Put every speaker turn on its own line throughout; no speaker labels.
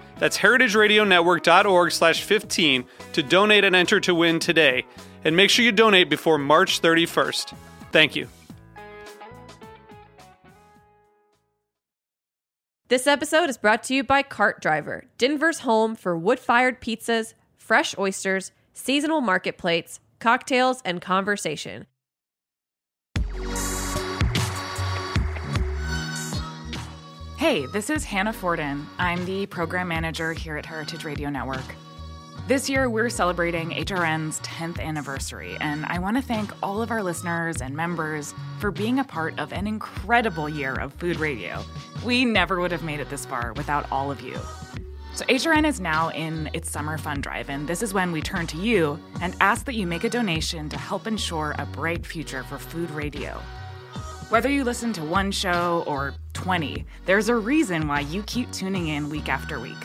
That's heritageradionetwork.org slash 15 to donate and enter to win today. And make sure you donate before March 31st. Thank you.
This episode is brought to you by Cart Driver, Denver's home for wood fired pizzas, fresh oysters, seasonal market plates, cocktails, and conversation.
Hey, this is Hannah Forden. I'm the program manager here at Heritage Radio Network. This year, we're celebrating HRN's 10th anniversary, and I want to thank all of our listeners and members for being a part of an incredible year of food radio. We never would have made it this far without all of you. So, HRN is now in its summer fund drive, and this is when we turn to you and ask that you make a donation to help ensure a bright future for food radio. Whether you listen to one show or 20, there's a reason why you keep tuning in week after week.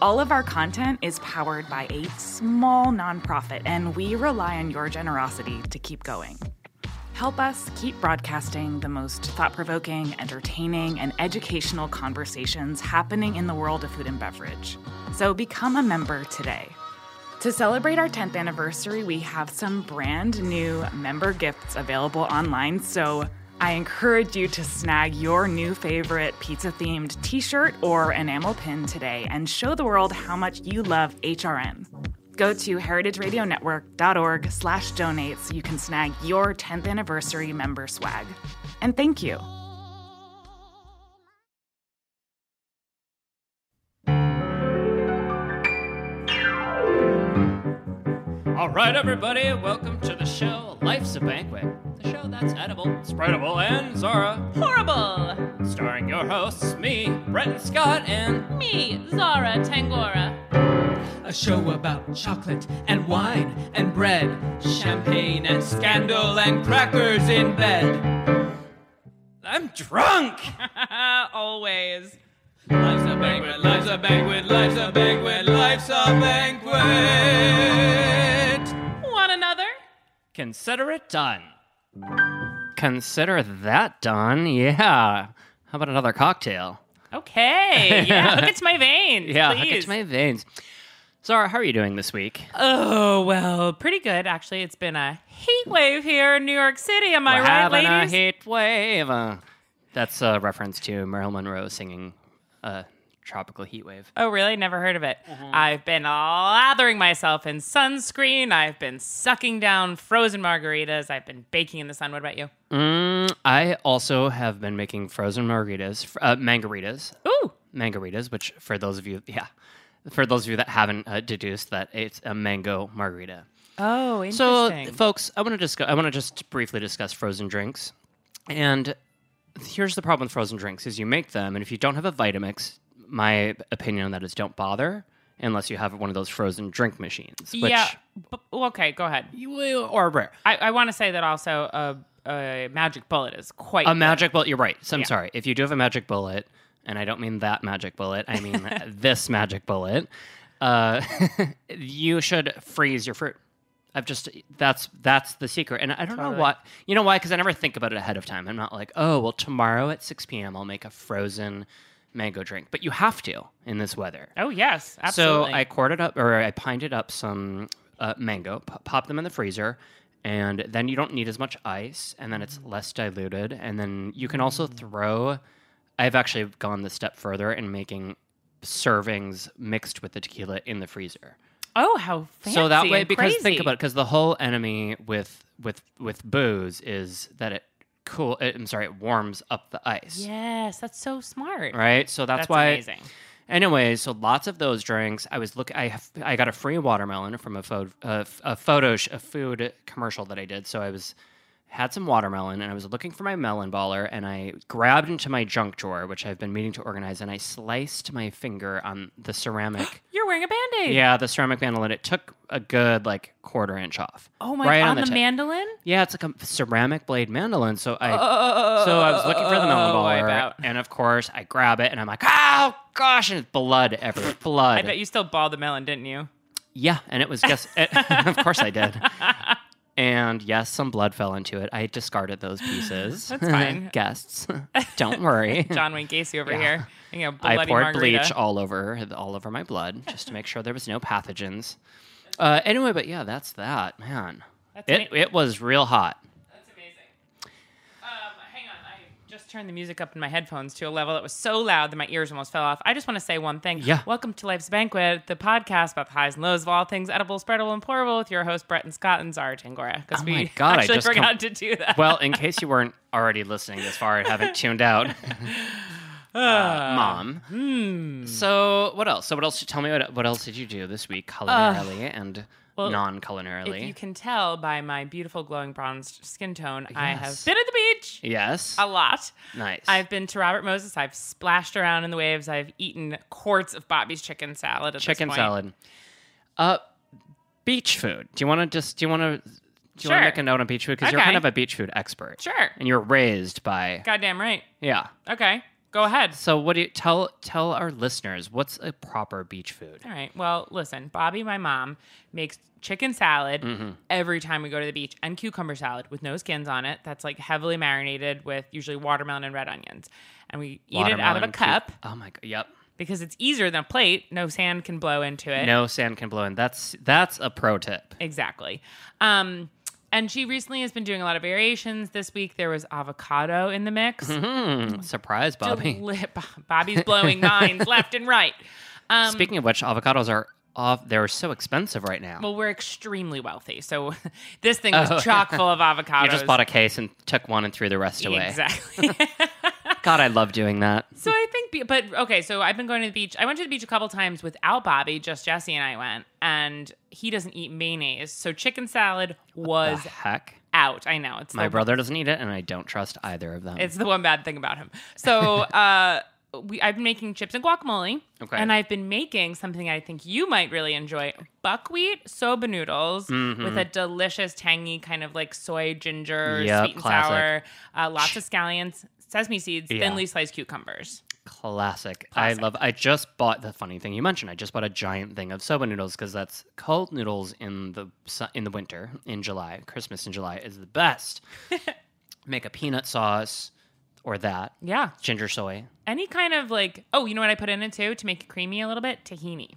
All of our content is powered by a small nonprofit, and we rely on your generosity to keep going. Help us keep broadcasting the most thought provoking, entertaining, and educational conversations happening in the world of food and beverage. So become a member today. To celebrate our 10th anniversary, we have some brand new member gifts available online, so I encourage you to snag your new favorite pizza themed t shirt or enamel pin today and show the world how much you love HRN. Go to heritageradionetwork.org slash donate so you can snag your 10th anniversary member swag. And thank you.
All right, everybody, welcome to the show Life's a Banquet, the show that's edible, spreadable, and Zara,
Horrible!
starring your hosts, me, Brenton Scott, and
Me, Zara Tangora.
A show about chocolate and wine and bread, champagne and scandal and crackers in bed.
I'm drunk!
Always.
Life's a banquet, life's a banquet, life's a banquet, life's a banquet.
Want another?
Consider it done. Consider that done, yeah. How about another cocktail?
Okay. Yeah, look it's my veins.
Yeah,
please.
it's my veins. Zara, how are you doing this week?
oh, well, pretty good, actually. It's been a heat wave here in New York City. Am I
We're
right,
having
ladies?
a heat wave. Uh, that's a reference to Marilyn Monroe singing uh, "Tropical Heat Wave."
Oh, really? Never heard of it. I've been lathering myself in sunscreen. I've been sucking down frozen margaritas. I've been baking in the sun. What about you?
Mm, I also have been making frozen margaritas, fr- uh, mangaritas,
Ooh.
mangaritas. Which, for those of you, yeah, for those of you that haven't uh, deduced that it's a mango margarita.
Oh,
So,
interesting.
folks, I want to discuss. I want to just briefly discuss frozen drinks. And here's the problem with frozen drinks: is you make them, and if you don't have a Vitamix, my opinion on that is don't bother unless you have one of those frozen drink machines, which
yeah. b- okay, go ahead.
you or rare.
I, I want to say that also uh, a magic bullet is quite
A
good.
magic bullet. You're right. So I'm sorry. If you do have a magic bullet, and I don't mean that magic bullet, I mean this magic bullet. Uh, you should freeze your fruit. I've just that's that's the secret, and I don't know what you know why because I never think about it ahead of time. I'm not like oh well tomorrow at 6 p.m. I'll make a frozen mango drink, but you have to in this weather.
Oh yes, absolutely.
So I quartered up or I pinted up some uh, mango, p- popped them in the freezer, and then you don't need as much ice, and then
Mm-hmm.
it's less diluted. And then you can also throw. I've actually gone the step further in making servings mixed with the tequila in the freezer.
Oh, how fancy!
so that way
and
because
crazy.
think about it because the whole enemy with with with booze is that it cool it, i'm sorry it warms up the ice
Yes, that's so smart.
right so that's,
That's
why
amazing.
anyway so lots of those drinks i was look i have i got a free watermelon from a, pho- a, a photo sh- a food commercial that i did so i was had some watermelon and i was looking for my melon baller and i grabbed into my junk drawer which i've been meaning to organize and i sliced my finger on the ceramic
You're wearing a band-aid.
yeah the ceramic mandolin it took a good like quarter inch off
Oh my!
right
on, the,
tip.
mandolin.
Yeah, it's like a ceramic blade mandolin. So I, so I was looking for the melon
Oh. I
baller,
bet.
and of course I grab it, and I'm like, oh gosh, and it's blood everywhere, blood.
I bet you still balled the melon, didn't you?
Yeah, and it was just, of course I did. And yes, some blood fell into it. I discarded those pieces.
That's fine.
Guests, don't worry.
John Wayne Gacy over
Yeah.
here. You know, bloody
I poured
margarita.
bleach all over, all over my blood, just to make sure there was no pathogens. Uh, anyway, but yeah, that's that, man. it
ama-
it was real hot.
That's amazing. Um, hang on, I just turned the music up in my headphones to a level that was so loud that my ears almost fell off. I just want to say one thing.
Yeah.
Welcome to Life's Banquet, the podcast about the highs and lows of all things edible, spreadable, and pourable with your host Brett and Scott and Zara Tangora. Because
Oh
we
my God, I
actually
just com-
forgot to do that.
well, in case you weren't already listening this far and haven't tuned out, uh,
Ah,
mom.
hmm.
So what else? So what else? Tell me what what else did you do this week, culinarily and
well,
non-culinarily?
if you can tell by my beautiful glowing bronzed skin tone, I have
Yes.
been at the beach
yes.
a lot.
nice.
I've been to Robert Moses. I've splashed around in the waves. I've eaten quarts of Bobby's chicken salad. At this
chicken
point.
salad. Uh, beach food. Do you want to just? Do you want to? Do you want
Sure.
to make a note on beach food because you're
Okay.
kind of a beach food expert?
Sure.
And you're raised by
Goddamn right.
yeah.
Okay, go ahead.
So what do you tell tell our listeners? What's a proper beach food?
All right. Well, listen, Bobby, my mom, makes chicken salad
Mm-hmm.
every time we go to the beach and cucumber salad with no skins on it. That's like heavily marinated with usually watermelon and red onions. And we eat it out of a
Watermelon, cu-
cup
Oh my god. Yep.
because it's easier than a plate. No sand can blow into it.
No sand can blow in. That's that's a pro tip.
Exactly. Um, and she recently has been doing a lot of variations. This week there was avocado in the mix. Mm-hmm.
Hmm, surprise, Bobby.
Deli- Bobby's blowing minds left and right. Um,
Speaking of which, avocados are off. They're so expensive right now.
Well, we're extremely wealthy, so this thing was
Oh.
chock full of avocados.
you just bought a case and took one and threw the rest away.
exactly.
God, I love doing that.
so I think, be- but okay. So I've been going to the beach. I went to the beach a couple times without Bobby. Just Jesse and I went, and he doesn't eat mayonnaise, so chicken salad
The
was
heck.
out. I know it's
My
the-
brother doesn't eat it, and I don't trust either of them.
It's the one bad thing about him. So uh, we, I've been making chips and guacamole.
Okay.
And I've been making something I think you might really enjoy buckwheat soba noodles
Mm-hmm.
with a delicious, tangy kind of like soy, ginger,
Yep,
sweet and
classic.
sour, uh, lots of scallions, sesame seeds,
Yeah.
thinly sliced cucumbers.
Classic.
Classic.
I love. I just bought the funny thing you mentioned. I just bought a giant thing of soba noodles because that's cold noodles in the su- in the winter in July. Christmas in July is the best. Make a peanut sauce or that
Yeah.
ginger soy.
Any kind of like, oh, you know what I put in it too to make it creamy a little bit? Tahini.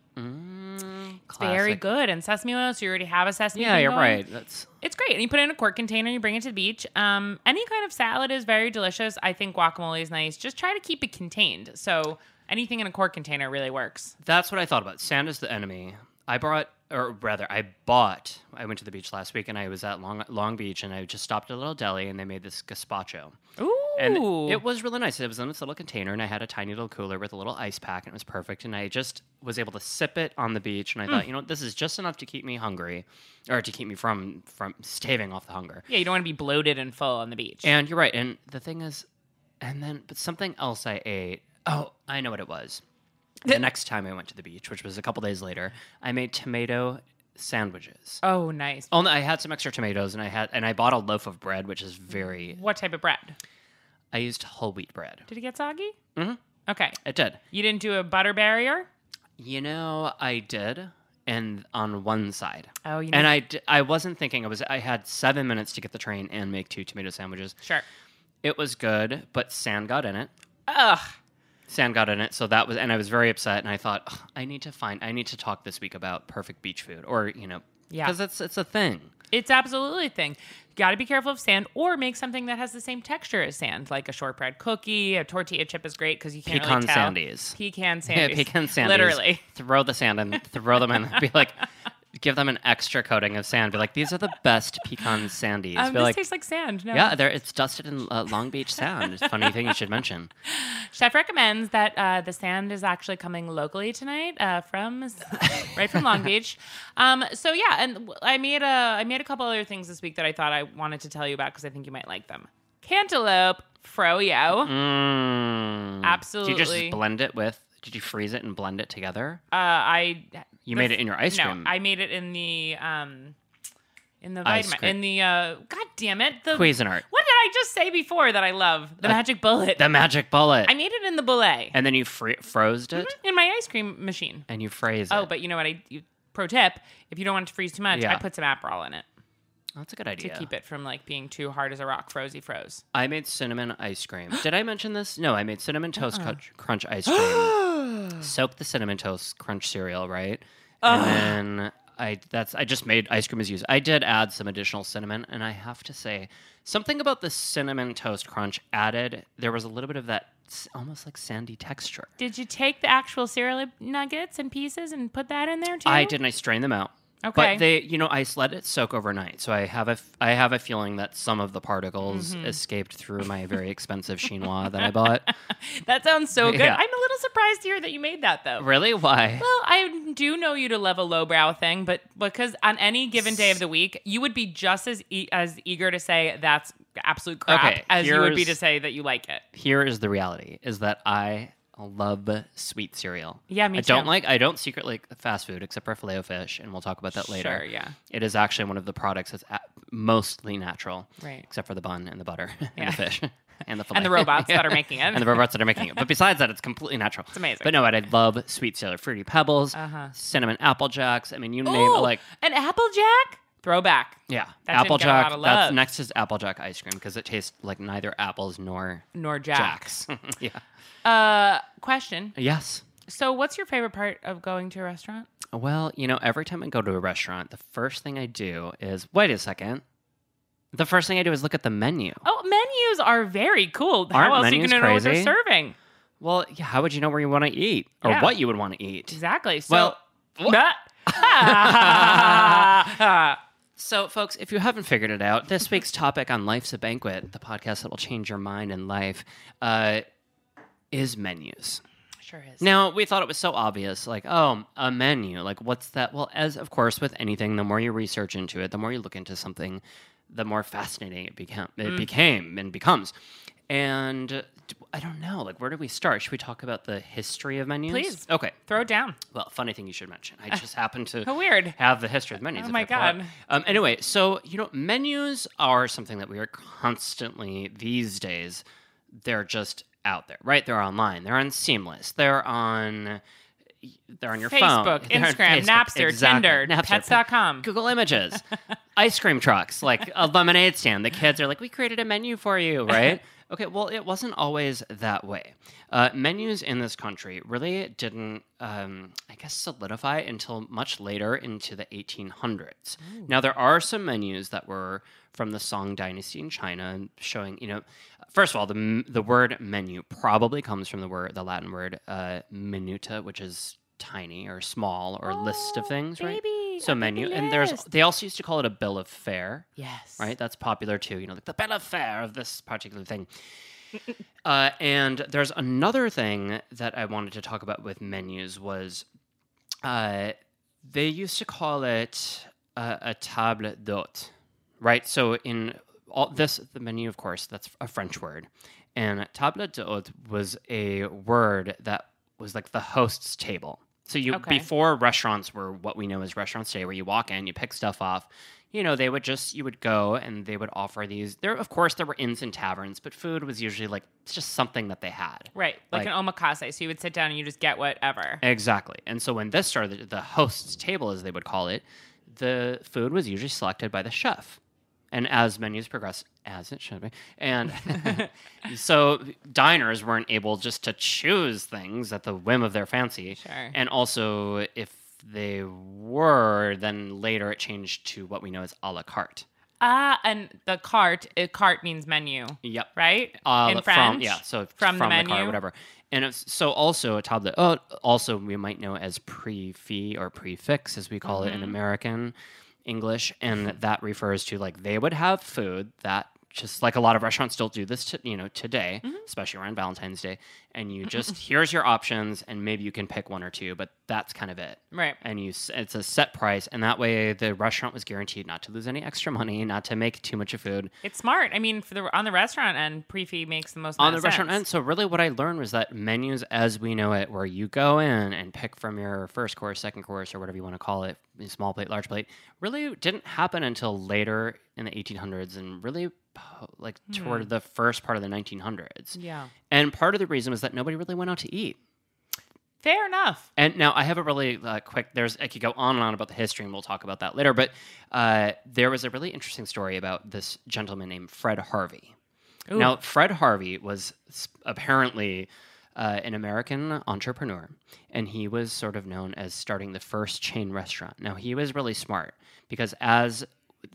It's very
Classic.
good. And sesame oil, so you already have a sesame
Yeah,
thing
you're
going.
right. That's
It's great. And you put it in a quart container, you bring it to the beach. Um, any kind of salad is very delicious. I think guacamole is nice. Just try to keep it contained. So anything in a quart container really works.
that's what I thought about. Sand is the enemy. I brought, or rather, I bought. I went to the beach last week, and I was at Long Long Beach, and I just stopped at a little deli, and they made this gazpacho.
Ooh.
And it was really nice. It was in this little container, and I had a tiny little cooler with a little ice pack, and it was perfect. And I just was able to sip it on the beach, and
Hmm.
I thought, you know, what, this is just enough to keep me hungry, or to keep me from from staving off the hunger.
yeah, you don't want to be bloated and full on the beach.
And you're right. And the thing is, and then, but something else I ate. Oh, I know what it was. The next time I went to the beach, which was a couple days later, I made tomato sandwiches.
oh, nice.
Only I had some extra tomatoes, and I had and I bought a loaf of bread, which is very.
What type of bread?
I used whole wheat bread.
Did it get soggy? Mm-hmm. Okay.
It did.
You didn't do a butter barrier?
You know, I did, and on one side.
Oh, you
And
know-
I, d- I wasn't thinking. I was. I had seven minutes to get the train and make two tomato sandwiches.
Sure.
It was good, but sand got in it.
Ugh.
Sand got in it, so that was, and I was very upset. And I thought, "Ugh, I need to find, I need to talk this week about perfect beach food, or you know,
Yeah.
because it's it's a thing.
It's absolutely a thing. Got to be careful of sand, or make something that has the same texture as sand, like a shortbread cookie. A tortilla chip is great because you can't
Pecan
really tell.
sandies.
Pecan
Yeah,
sandies.
pecan sandies.
Literally.
Throw the sand and throw them in. Be like, give them an extra coating of sand. Be like, these are the best pecan sandies.
Um,
be
this
like,
tastes like sand. No.
yeah, they're, it's dusted in uh, Long Beach sand. It's a funny thing you should mention.
Chef recommends that uh, the sand is actually coming locally tonight uh, from right from Long Beach. Um, so yeah, and w- I made a I made a couple other things this week that I thought I wanted to tell you about because I think you might like them. Cantaloupe froyo.
Mm-hmm. Mm. Did you
Absolutely.
just blend it with? Did you freeze it and blend it together?
Uh, I
You made it in your ice
no,
cream.
I made it in the um, in the
Ice
vitamin
cream.
in the uh, god damn it the
Cuisinart. Uh,
What did I just say before that I love the magic bullet?
The magic bullet.
I made it in the bullet
and then you fr- froze it
in my ice cream machine.
and you phrase it.
Mm-hmm. Oh, but you know what? I you, pro tip: if you don't want it to freeze too much,
Yeah.
I put some Aperol in it
that's a good
to
idea.
keep it from like being too hard as a rock. Frozy froze.
I made cinnamon ice cream. Did I mention this? No, I made cinnamon toast crunch, crunch ice cream. Soak the cinnamon toast crunch cereal, right? And then I that's I just made ice cream as used. I did add some additional cinnamon, and I have to say something about the cinnamon toast crunch added. There was a little bit of that s- almost like sandy texture.
Did you take the actual cereal nuggets and pieces and put that in there too?
I did, and I strained them out.
Okay.
But they, you know, I s- let it soak overnight, so I have a, f- I have a feeling that some of the particles
Mm-hmm.
escaped through my very expensive chinois that I bought.
That sounds so good.
Yeah.
I'm a little surprised to hear that you made that though.
Really? Why?
Well, I do know you to love a lowbrow thing, but because on any given day of the week, you would be just as e- as eager to say that's absolute crap
Okay,
as you would be
here's-
to say that you like it.
Here is the reality: is that I love sweet cereal.
Yeah, me
I don't
too.
like. I don't secretly like fast food except for filet o fish, and we'll talk about that later.
Sure, yeah.
It is actually one of the products that's a- mostly natural,
Right.
Except for the bun and the butter and
Yeah.
the fish. And the,
And the
filet.
robots that are making it.
and the robots that are making it. But besides that, it's completely natural. It's
amazing. Uh-huh.
But no, I love sweet cereal, fruity pebbles, cinnamon apple jacks. I mean, you name it,
Ooh,
like
an Applejack throwback.
yeah,
That didn't
apple
get a lot
jack.
of
That's
love.
next is apple jack ice cream because it tastes like neither apples nor
Nor Jack.
jacks. yeah.
Uh, question.
Yes.
So, what's your favorite part of going to a restaurant?
Well, you know, every time I go to a restaurant, the first thing I do is wait a second. The first thing I do is look at the menu.
Oh, menus are very cool. How
Aren't
else are you
menus
going to know what they're
crazy?
serving?
Well, yeah, how would you know where you want to eat or
Yeah.
what you would want to eat?
Exactly. So,
Well,
Ah.
So, folks, if you haven't figured it out, this week's topic on Life's a Banquet, the podcast that will change your mind and life, uh, is menus.
sure is.
Now, we thought it was so obvious, like, oh, a menu. Like, what's that? Well, as of course with anything, the more you research into it, the more you look into something, the more fascinating it became, it
Mm.
became and becomes. And uh, d- I don't know, like, where do we start? Should we talk about the history of menus?
Please.
Okay.
Throw it down.
Well, funny thing you should mention. I just happened to
How weird.
have the history of menus.
Oh
if
my
I pull up.
God.
Um, anyway, so you know, menus are something that we are constantly these days. They're just out there, right? They're online. They're on Seamless. They're on. They're on your phone.
Facebook,
They're on
Instagram, Napster, Tinder, Pets.com.
Google Images, ice cream trucks, like a lemonade stand. The kids are like, we created a menu for you, right? Okay, well, it wasn't always that way. Uh, menus in this country really didn't, um, I guess, solidify until much later into the 1800s. Now, there are some menus that were from the Song Dynasty in China, and showing, you know, first of all, the m- the word menu probably comes from the word, the Latin word uh, minuta, which is tiny or small or list of things, right? So menu, and there's they also used to call it a bill of fare,
Yes.
right? That's popular too. You know, like the bill of fare of this particular thing. uh, and there's another thing that I wanted to talk about with menus was uh, they used to call it uh, a table d'hôte, right? So in all this, the menu, of course, that's a French word, and table d'hôte was a word that was like the host's table. So you
Okay.
before restaurants were what we know as restaurants today, where you walk in, you pick stuff off. You know, they would just you would go and they would offer these. There, of course, there were inns and taverns, but food was usually like it's just something that they had.
Right. Like,
Like-
an omakase. So you would sit down and you just get whatever.
Exactly. And so when this started, the host's table, as they would call it, the food was usually selected by the chef. And as menus progress, as it should be, and so diners weren't able just to choose things at the whim of their fancy.
Sure.
And also, if they were, then later it changed to what we know as a la carte.
Ah, and the cart. uh cart means menu,
Yep.
right?
Uh,
In
from-
French.
yeah. So
from, the menu,
cart, whatever. And it's, so also atop the oh, also we might know as pre-fee or prefix, as we call it
Mm-hmm.
in American English, and that refers to like they would have food that just like a lot of restaurants still do this, to, you know, today,
Mm-hmm.
especially around Valentine's Day, and you just here's your options, and maybe you can pick one or two, but that's kind of it
Right.
and you s- it's a set price and that way the restaurant was guaranteed not to lose any extra money not to make too much of food
It's smart. I mean, for the on the restaurant end, pre-fee makes the most
on the
amount of
restaurant
sense.
end so really what i learned was that menus as we know it where you go in and pick from your first course second course or whatever you want to call it small plate large plate really didn't happen until later in the 1800s and really po- like toward the first part of the 1900s
Hmm. Yeah.
and part of the reason was that nobody really went out to eat
Fair enough.
And now I have a really uh, quick. There's I could go on and on about the history, and we'll talk about that later. But uh, there was a really interesting story about this gentleman named Fred Harvey. Now, Fred Harvey was s- apparently uh, an American entrepreneur, and he was sort of known as starting the first chain restaurant. Now, he was really smart because as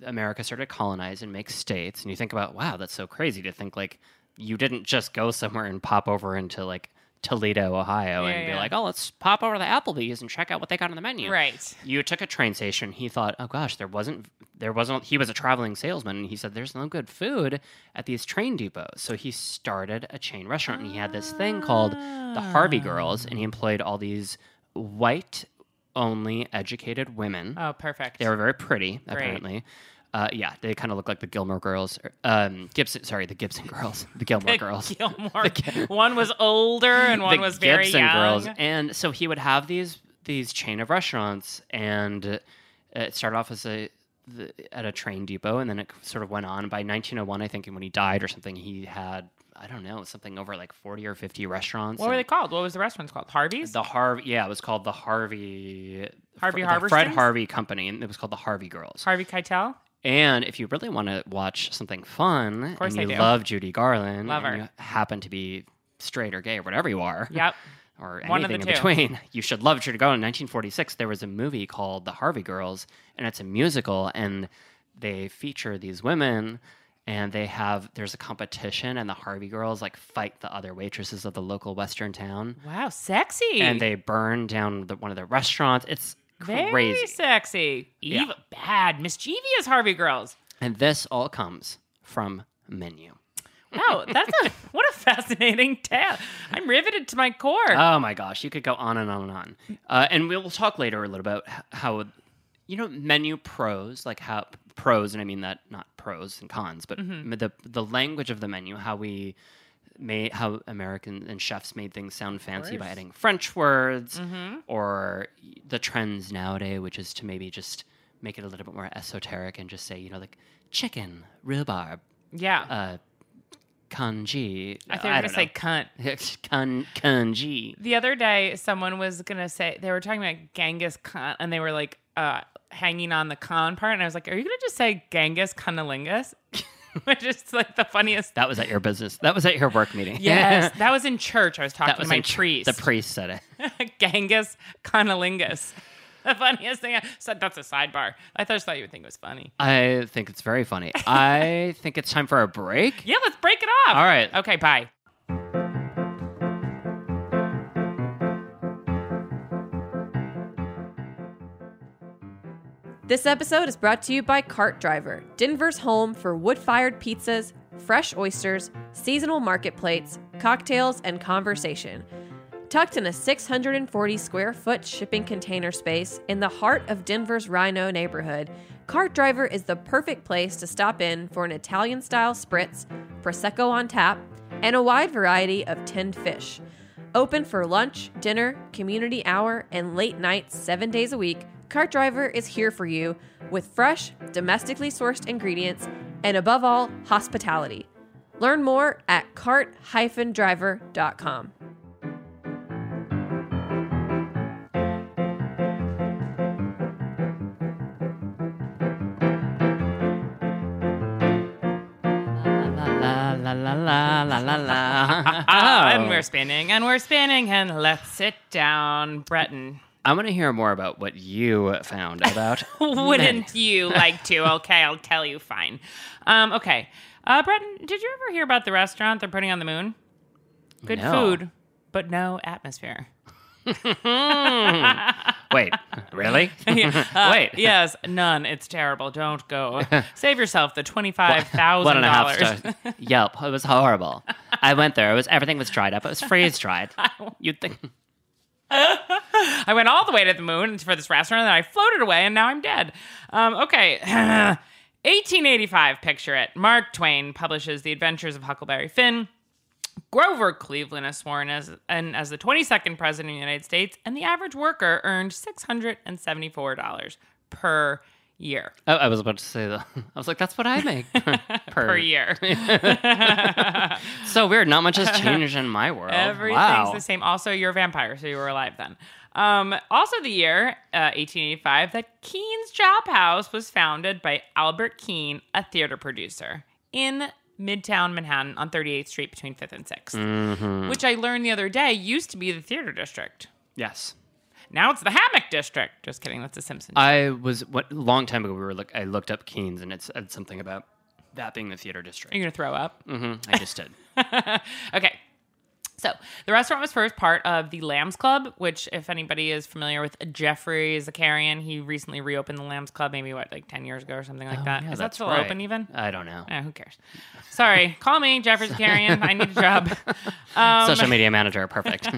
America started to colonize and make states, and you think about, wow, that's so crazy to think like you didn't just go somewhere and pop over into like Toledo, Ohio, and be
yeah.
like, oh, let's pop over to Applebee's and check out what they got on the menu.
Right.
You took a train station. He thought, oh gosh, there wasn't, there wasn't. He was a traveling salesman, and he said, there's no good food at these train depots. So he started a chain restaurant, and he had this thing called the Harvey Girls, and he employed all these white only educated women.
Oh, perfect.
They were very pretty, apparently. Uh, yeah, they kind of look like the Gilmore Girls, or, um, Gibson. Sorry, the Gibson Girls, the Gilmore Girls.
Gilmore. one was older and one
the
was very
Gibson
young.
girls, and so he would have these these chain of restaurants, and uh, it started off as a the, at a train depot, and then it sort of went on. By 1901, I think, and when he died or something, he had I don't know something over like 40 or 50 restaurants.
What were
and-
they called? What was the restaurants called? Harvey's.
the Harvey, yeah, it was called the Harvey
Harvey
the
Harvestings?
Fred Harvey Company, and it was called the Harvey Girls.
Harvey Keitel.
And if you really want to watch something fun,
course
and
I
you
do.
love Judy Garland,
Love
and
her.
you happen to be straight or gay or whatever you are,
Yep.
or anything
One of the
in
two.
between, you should love Judy Garland. In 1946, there was a movie called The Harvey Girls, and it's a musical, and they feature these women. And they have there's a competition, and the Harvey girls like fight the other waitresses of the local western town,
Wow, sexy.
and they burn down the, one of the restaurants. It's
very
crazy.
sexy.
Yeah.
Evil, bad, mischievous Harvey girls.
And this all comes from menu.
Wow, Oh, that's a what a fascinating tale. I'm riveted to my core.
Oh my gosh, you could go on and on and on. Uh, and we'll talk later a little about h- how, you know, menu pros, like how pros, and I mean that not pros and cons, but
Mm-hmm.
m- the the language of the menu, how we made how Americans and chefs made things sound fancy by adding French words,
Mm-hmm.
or the trends nowadays, which is to maybe just make it a little bit more esoteric and just say, you know, like chicken, rhubarb,
yeah,
congee.
I thought you were gonna
uh, don't
say cunt.
know. Con- congee.
The other day, someone was gonna say they were talking about Genghis Khan, and they were like uh, hanging on the Khan part, and I was like, "Are you gonna just say Genghis Cunnilingus?" Which is like the funniest.
That was at your business. That was at your work meeting.
Yes, that was in church. I was talking
that
to
was
my
in ch-
priest.
The priest said it.
Genghis Conolingus. The funniest thing. I, so that's a sidebar. I just thought you would think it was funny.
I think it's very funny. I think it's time for a break.
Yeah, let's break it off.
All right.
Okay, bye.
This episode is brought to you by Cart Driver, Denver's home for wood fired pizzas, fresh oysters, seasonal market plates, cocktails, and conversation. Tucked in a 640 square foot shipping container space in the heart of Denver's Rhino neighborhood, Cart Driver is the perfect place to stop in for an Italian style spritz, Prosecco on tap, and a wide variety of tinned fish. Open for lunch, dinner, community hour, and late nights seven days a week, Cart Driver is here for you with fresh, domestically sourced ingredients and, above all, hospitality. Learn more at cart-driver.com.
La la la la la la la.
Uh,
Oh.
Ah, and we're spinning and we're spinning and let's sit down, Breton.
I want to hear more about what you found about.
Wouldn't you like to? Okay, I'll tell you. Fine. Um, okay. Uh, Breton, did you ever hear about the restaurant they're putting on the moon? Good
No.
food, but no atmosphere.
Wait, really? Wait.
uh, yes, none. It's terrible. Don't go. Save yourself the twenty-five
One
thousand
and a half
dollars.
stars. Yelp. It was horrible. I went there. It was everything was dried up. It was freeze dried. You'd think
I went all the way to the moon for this restaurant, and I floated away, and now I'm dead. Um, okay. 1885, picture it. Mark Twain publishes The Adventures of Huckleberry Finn. Grover Cleveland is sworn as and as the 22nd president of the United States, and the average worker earned $674 per year.
Oh, I was about to say that. I was like, that's what I make per,
Per year.
So weird. Not much has changed in my world.
Everything's
Oh, wow.
the same. Also, you're a vampire, so you were alive then. Um, also, the year uh, 1885 that Keane's Chop House was founded by Albert Keane, a theater producer in Midtown Manhattan on 38th Street between 5th and 6th,
Mm-hmm.
which I learned the other day used to be the theater district.
Yes.
Now it's the Hammock District. Just kidding. That's a Simpson.
I was what long time ago we were look I looked up Keynes and it said something about that being the theater district.
Are you going to throw up?
hmm I just did.
okay. So the restaurant was first part of the Lambs Club, which, if anybody is familiar with Jeffrey Zakarian, he recently reopened the Lambs Club, maybe what, like ten years ago or something like
Oh,
that. Is
Yeah,
that
that's
still
right.
open even?
I don't know.
Eh, who cares? Sorry, call me Jeffrey Zakarian. I need a job. Um,
Social media manager, perfect.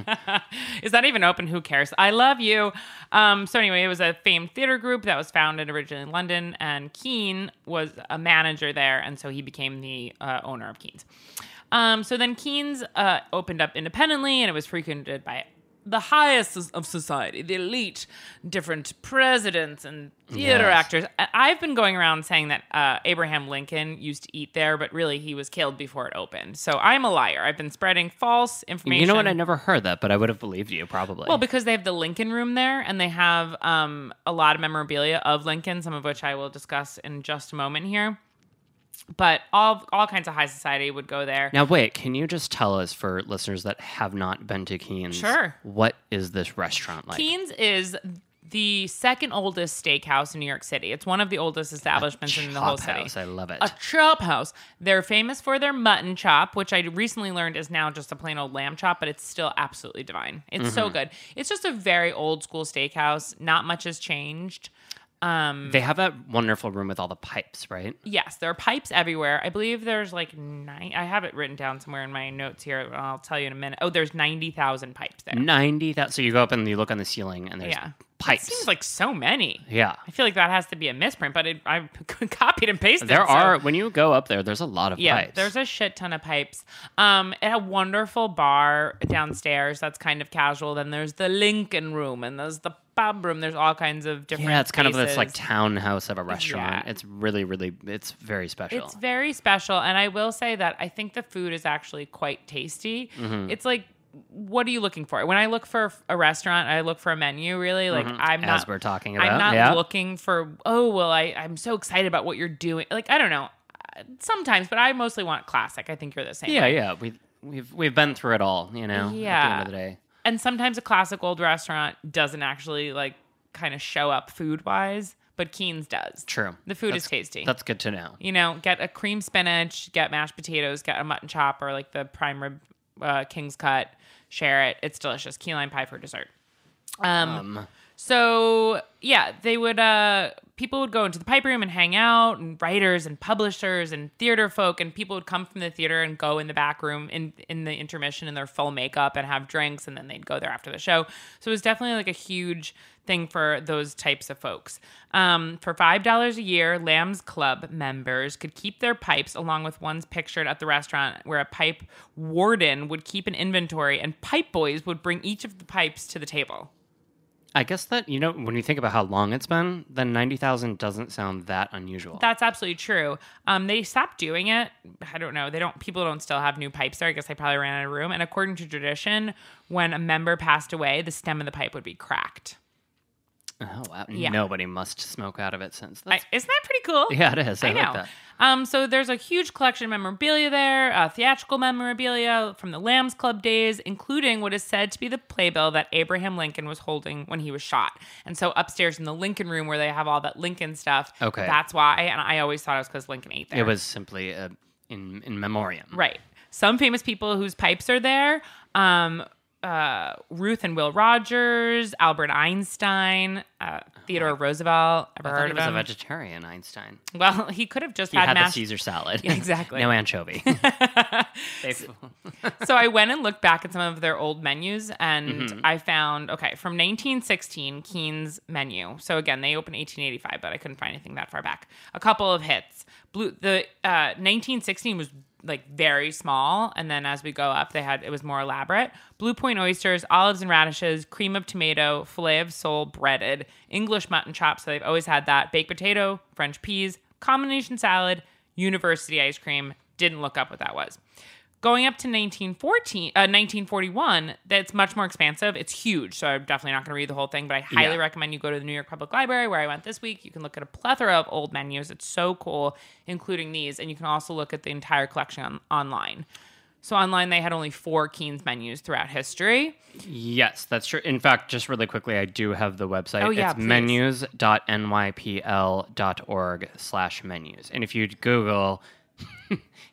Is that even open? Who cares? I love you. Um, so anyway, it was a famed theater group that was founded originally in London, and Keane was a manager there, and so he became the uh, owner of Keane's. Um, so then Keane's uh, opened up independently, and it was frequented by the highest s- of society, the elite, different presidents and theater
Yes.
actors. I- I've been going around saying that uh, Abraham Lincoln used to eat there, but really he was killed before it opened. So I'm a liar. I've been spreading false information.
you know what? I never heard that, but I would have believed you probably.
Well, because they have the Lincoln Room there, and they have um, a lot of memorabilia of Lincoln, some of which I will discuss in just a moment here. But all all kinds of high society would go there.
now wait, can you just tell us for listeners that have not been to Keynes?
Sure.
What is this restaurant like?
Keen's is the second oldest steakhouse in New York City. It's one of the oldest establishments in the whole
Chop House,
city.
I
Uh,
love it.
A chop house. They're famous for their mutton chop, which I recently learned is now just a plain old lamb chop, but it's still absolutely divine. It's
Mm-hmm.
so good. It's just a very old school steakhouse. Not much has changed.
they have that wonderful room with all the pipes, right?
Yes, there are pipes everywhere. I believe there's like nine. I have it written down somewhere in my notes here. and I'll tell you in a minute. Oh, there's ninety thousand pipes there.
Ninety thousand. So you go up and you look on the ceiling, and there's
Yeah.
pipes.
Seems like so many.
yeah,
I feel like that has to be a misprint, but it, I copied and pasted.
there
so-
are. When you go up there, there's a lot of
Yeah,
pipes.
there's a shit ton of pipes. Um, and a wonderful bar downstairs that's kind of casual. Then there's the Lincoln Room and there's the pub room. There's all kinds of different.
yeah, it's kind of this like
spaces.
townhouse of a restaurant.
Yeah.
It's really, really, it's very special.
It's very special. And I will say that I think the food is actually quite tasty.
Mm-hmm.
It's like, what are you looking for? When I look for a restaurant, I look for a menu, really. Like, I'm not.
Mm-hmm. As we're talking
I'm
about,
not
yeah.
looking for, oh, well, I, I'm so excited about what you're doing. Like, I don't know. Uh, Sometimes, but I mostly want classic. I think you're the same.
yeah, yeah. We we've we've been through it all, you know. At the
Yeah.
end of the day,
And sometimes a classic old restaurant doesn't actually, like, kind of show up food wise, but Keen's does.
true.
The food
That's-
is tasty.
That's good to know.
you know, get a cream spinach, get mashed potatoes, get a mutton chop or like the prime rib uh, king's cut, share it. It's delicious. Key lime pie for dessert. Um, so yeah, they would uh people would go into the pipe room and hang out and writers and publishers and theater folk and people would come from the theater and go in the back room in in the intermission in their full makeup and have drinks and then they'd go there after the show. So it was definitely like a huge thing for those types of folks. Um, for five dollars a year, Lamb's Club members could keep their pipes along with ones pictured at the restaurant, where a pipe warden would keep an inventory and pipe boys would bring each of the pipes to the table.
I guess that you know when you think about how long it's been, then ninety thousand doesn't sound that unusual.
That's absolutely true. Um, they stopped doing it. I don't know. They don't. People don't still have new pipes there. I guess they probably ran out of room. And according to tradition, when a member passed away, the stem of the pipe would be cracked.
oh wow!
Yeah.
Nobody must smoke out of it since.
I,
That's,
isn't that pretty cool?
yeah, it is. I,
I know.
like that.
Um, so there's a huge collection of memorabilia there, uh, theatrical memorabilia from the Lambs Club days, including what is said to be the playbill that Abraham Lincoln was holding when he was shot. And so upstairs in the Lincoln room where they have all that Lincoln stuff,
Okay.
that's why. And I always thought it was because Lincoln ate there.
It was simply uh in in memoriam.
Right. Some famous people whose pipes are there. Um, uh, Ruth and Will Rogers, Albert Einstein, uh, Theodore Roosevelt. Ever
I
heard
thought he
of
was a
him?
vegetarian, Einstein.
well, he could have just
He
had,
had the
mashed-
Caesar salad.
Yeah, exactly.
no anchovy. They-
so I went and looked back at some of their old menus and I found, okay, from 1916, Keen's menu. So again, they opened 1885, but I couldn't find anything that far back. A couple of hits. Blue, the uh, 1916 was like very small. And then as we go up, they had, it was more elaborate. Blue Point oysters, olives and radishes, cream of tomato, filet of sole breaded, English mutton chops. So they've always had that. Baked potato, French peas, combination salad, university ice cream. Didn't look up what that was going up to 1914 uh, 1941 that's much more expansive it's huge so i'm definitely not going to read the whole thing but i highly
Yeah.
recommend you go to the new york public library where i went this week you can look at a plethora of old menus it's so cool including these and you can also look at the entire collection on- online so online they had only four keen's menus throughout history
yes, that's true. In fact, just really quickly, I do have the website.
Oh, yeah,
it's
please.
menus.nypl.org slash menus. And if you Google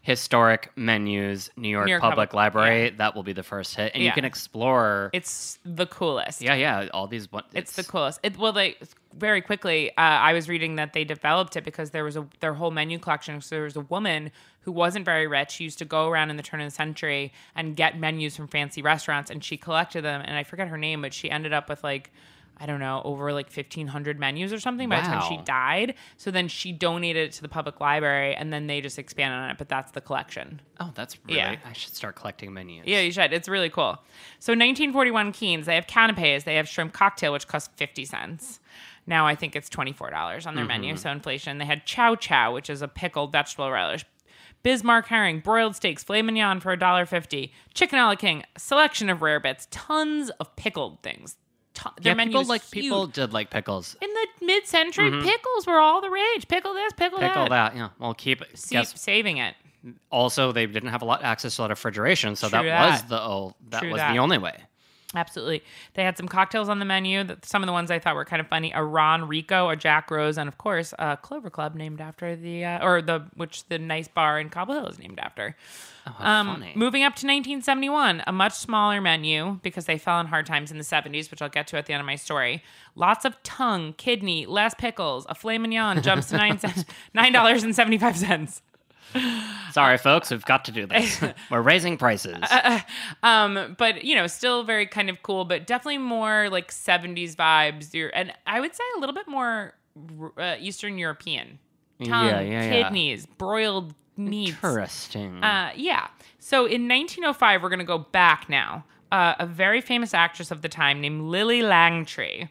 historic menus, New York,
New York
Public,
Public-
Library, that will be the first hit. And you
Yeah.
can explore.
it's the coolest
yeah, yeah, all these. one-
It's, the coolest. It, well, they very quickly. Uh, I was reading that they developed it because there was a their whole menu collection. So there was a woman who wasn't very rich. She used to go around in the turn of the century and get menus from fancy restaurants, and she collected them. And I forget her name, but she ended up with like. I don't know, over like 1,500 menus or something by the time she
Wow.
died. So then she donated it to the public library and then they just expanded on it. But that's the collection.
Oh, that's really.
Yeah.
I should start collecting menus.
Yeah, you should. It's really cool. So 1941 Keens, they have canapes, they have shrimp cocktail, which costs 50 cents. Now I think it's $24 on their menu,
Mm-hmm.
so inflation. They had chow chow, which is a pickled vegetable relish. Bismarck herring, broiled steaks, filet mignon for $1.50. Chicken a la king, selection of rare bits, tons of pickled things. Ton- their
Yeah,
menu
people
is
like people
huge.
did like pickles.
In the mid-century, pickles were all the rage. Pickle this, pickle,
Pickle
that.
that, yeah. Well, keep.
See,
guess
saving it.
also they didn't have a lot access to a lot of refrigeration, so
True
that, was
that.
the oh, that
True
was
that.
the only way.
Absolutely. They had some cocktails on the menu. that- Some of the ones I thought were kind of funny: a Ron Rico, a Jack Rose, and of course, a Clover Club named after the uh, or the which the nice bar in Cobble Hill is named after.
Oh,
Um,
How funny.
Moving up to 1971, a much smaller menu because they fell on hard times in the 70s, which I'll get to at the end of my story. Lots of tongue, kidney, less pickles, a filet mignon jumps to nine cents, nine dollars and seventy five cents.
Sorry, folks, we've got to do this. We're raising prices.
Uh, Um, but you know, still very kind of cool, but definitely more like 70s vibes. You're- And I would say a little bit more uh, Eastern European. Tongue,
Yeah, yeah, yeah.
kidneys, broiled meats.
Interesting.
Uh, yeah. So in 1905, we're going to go back now. Uh, a very famous actress of the time named Lily Langtry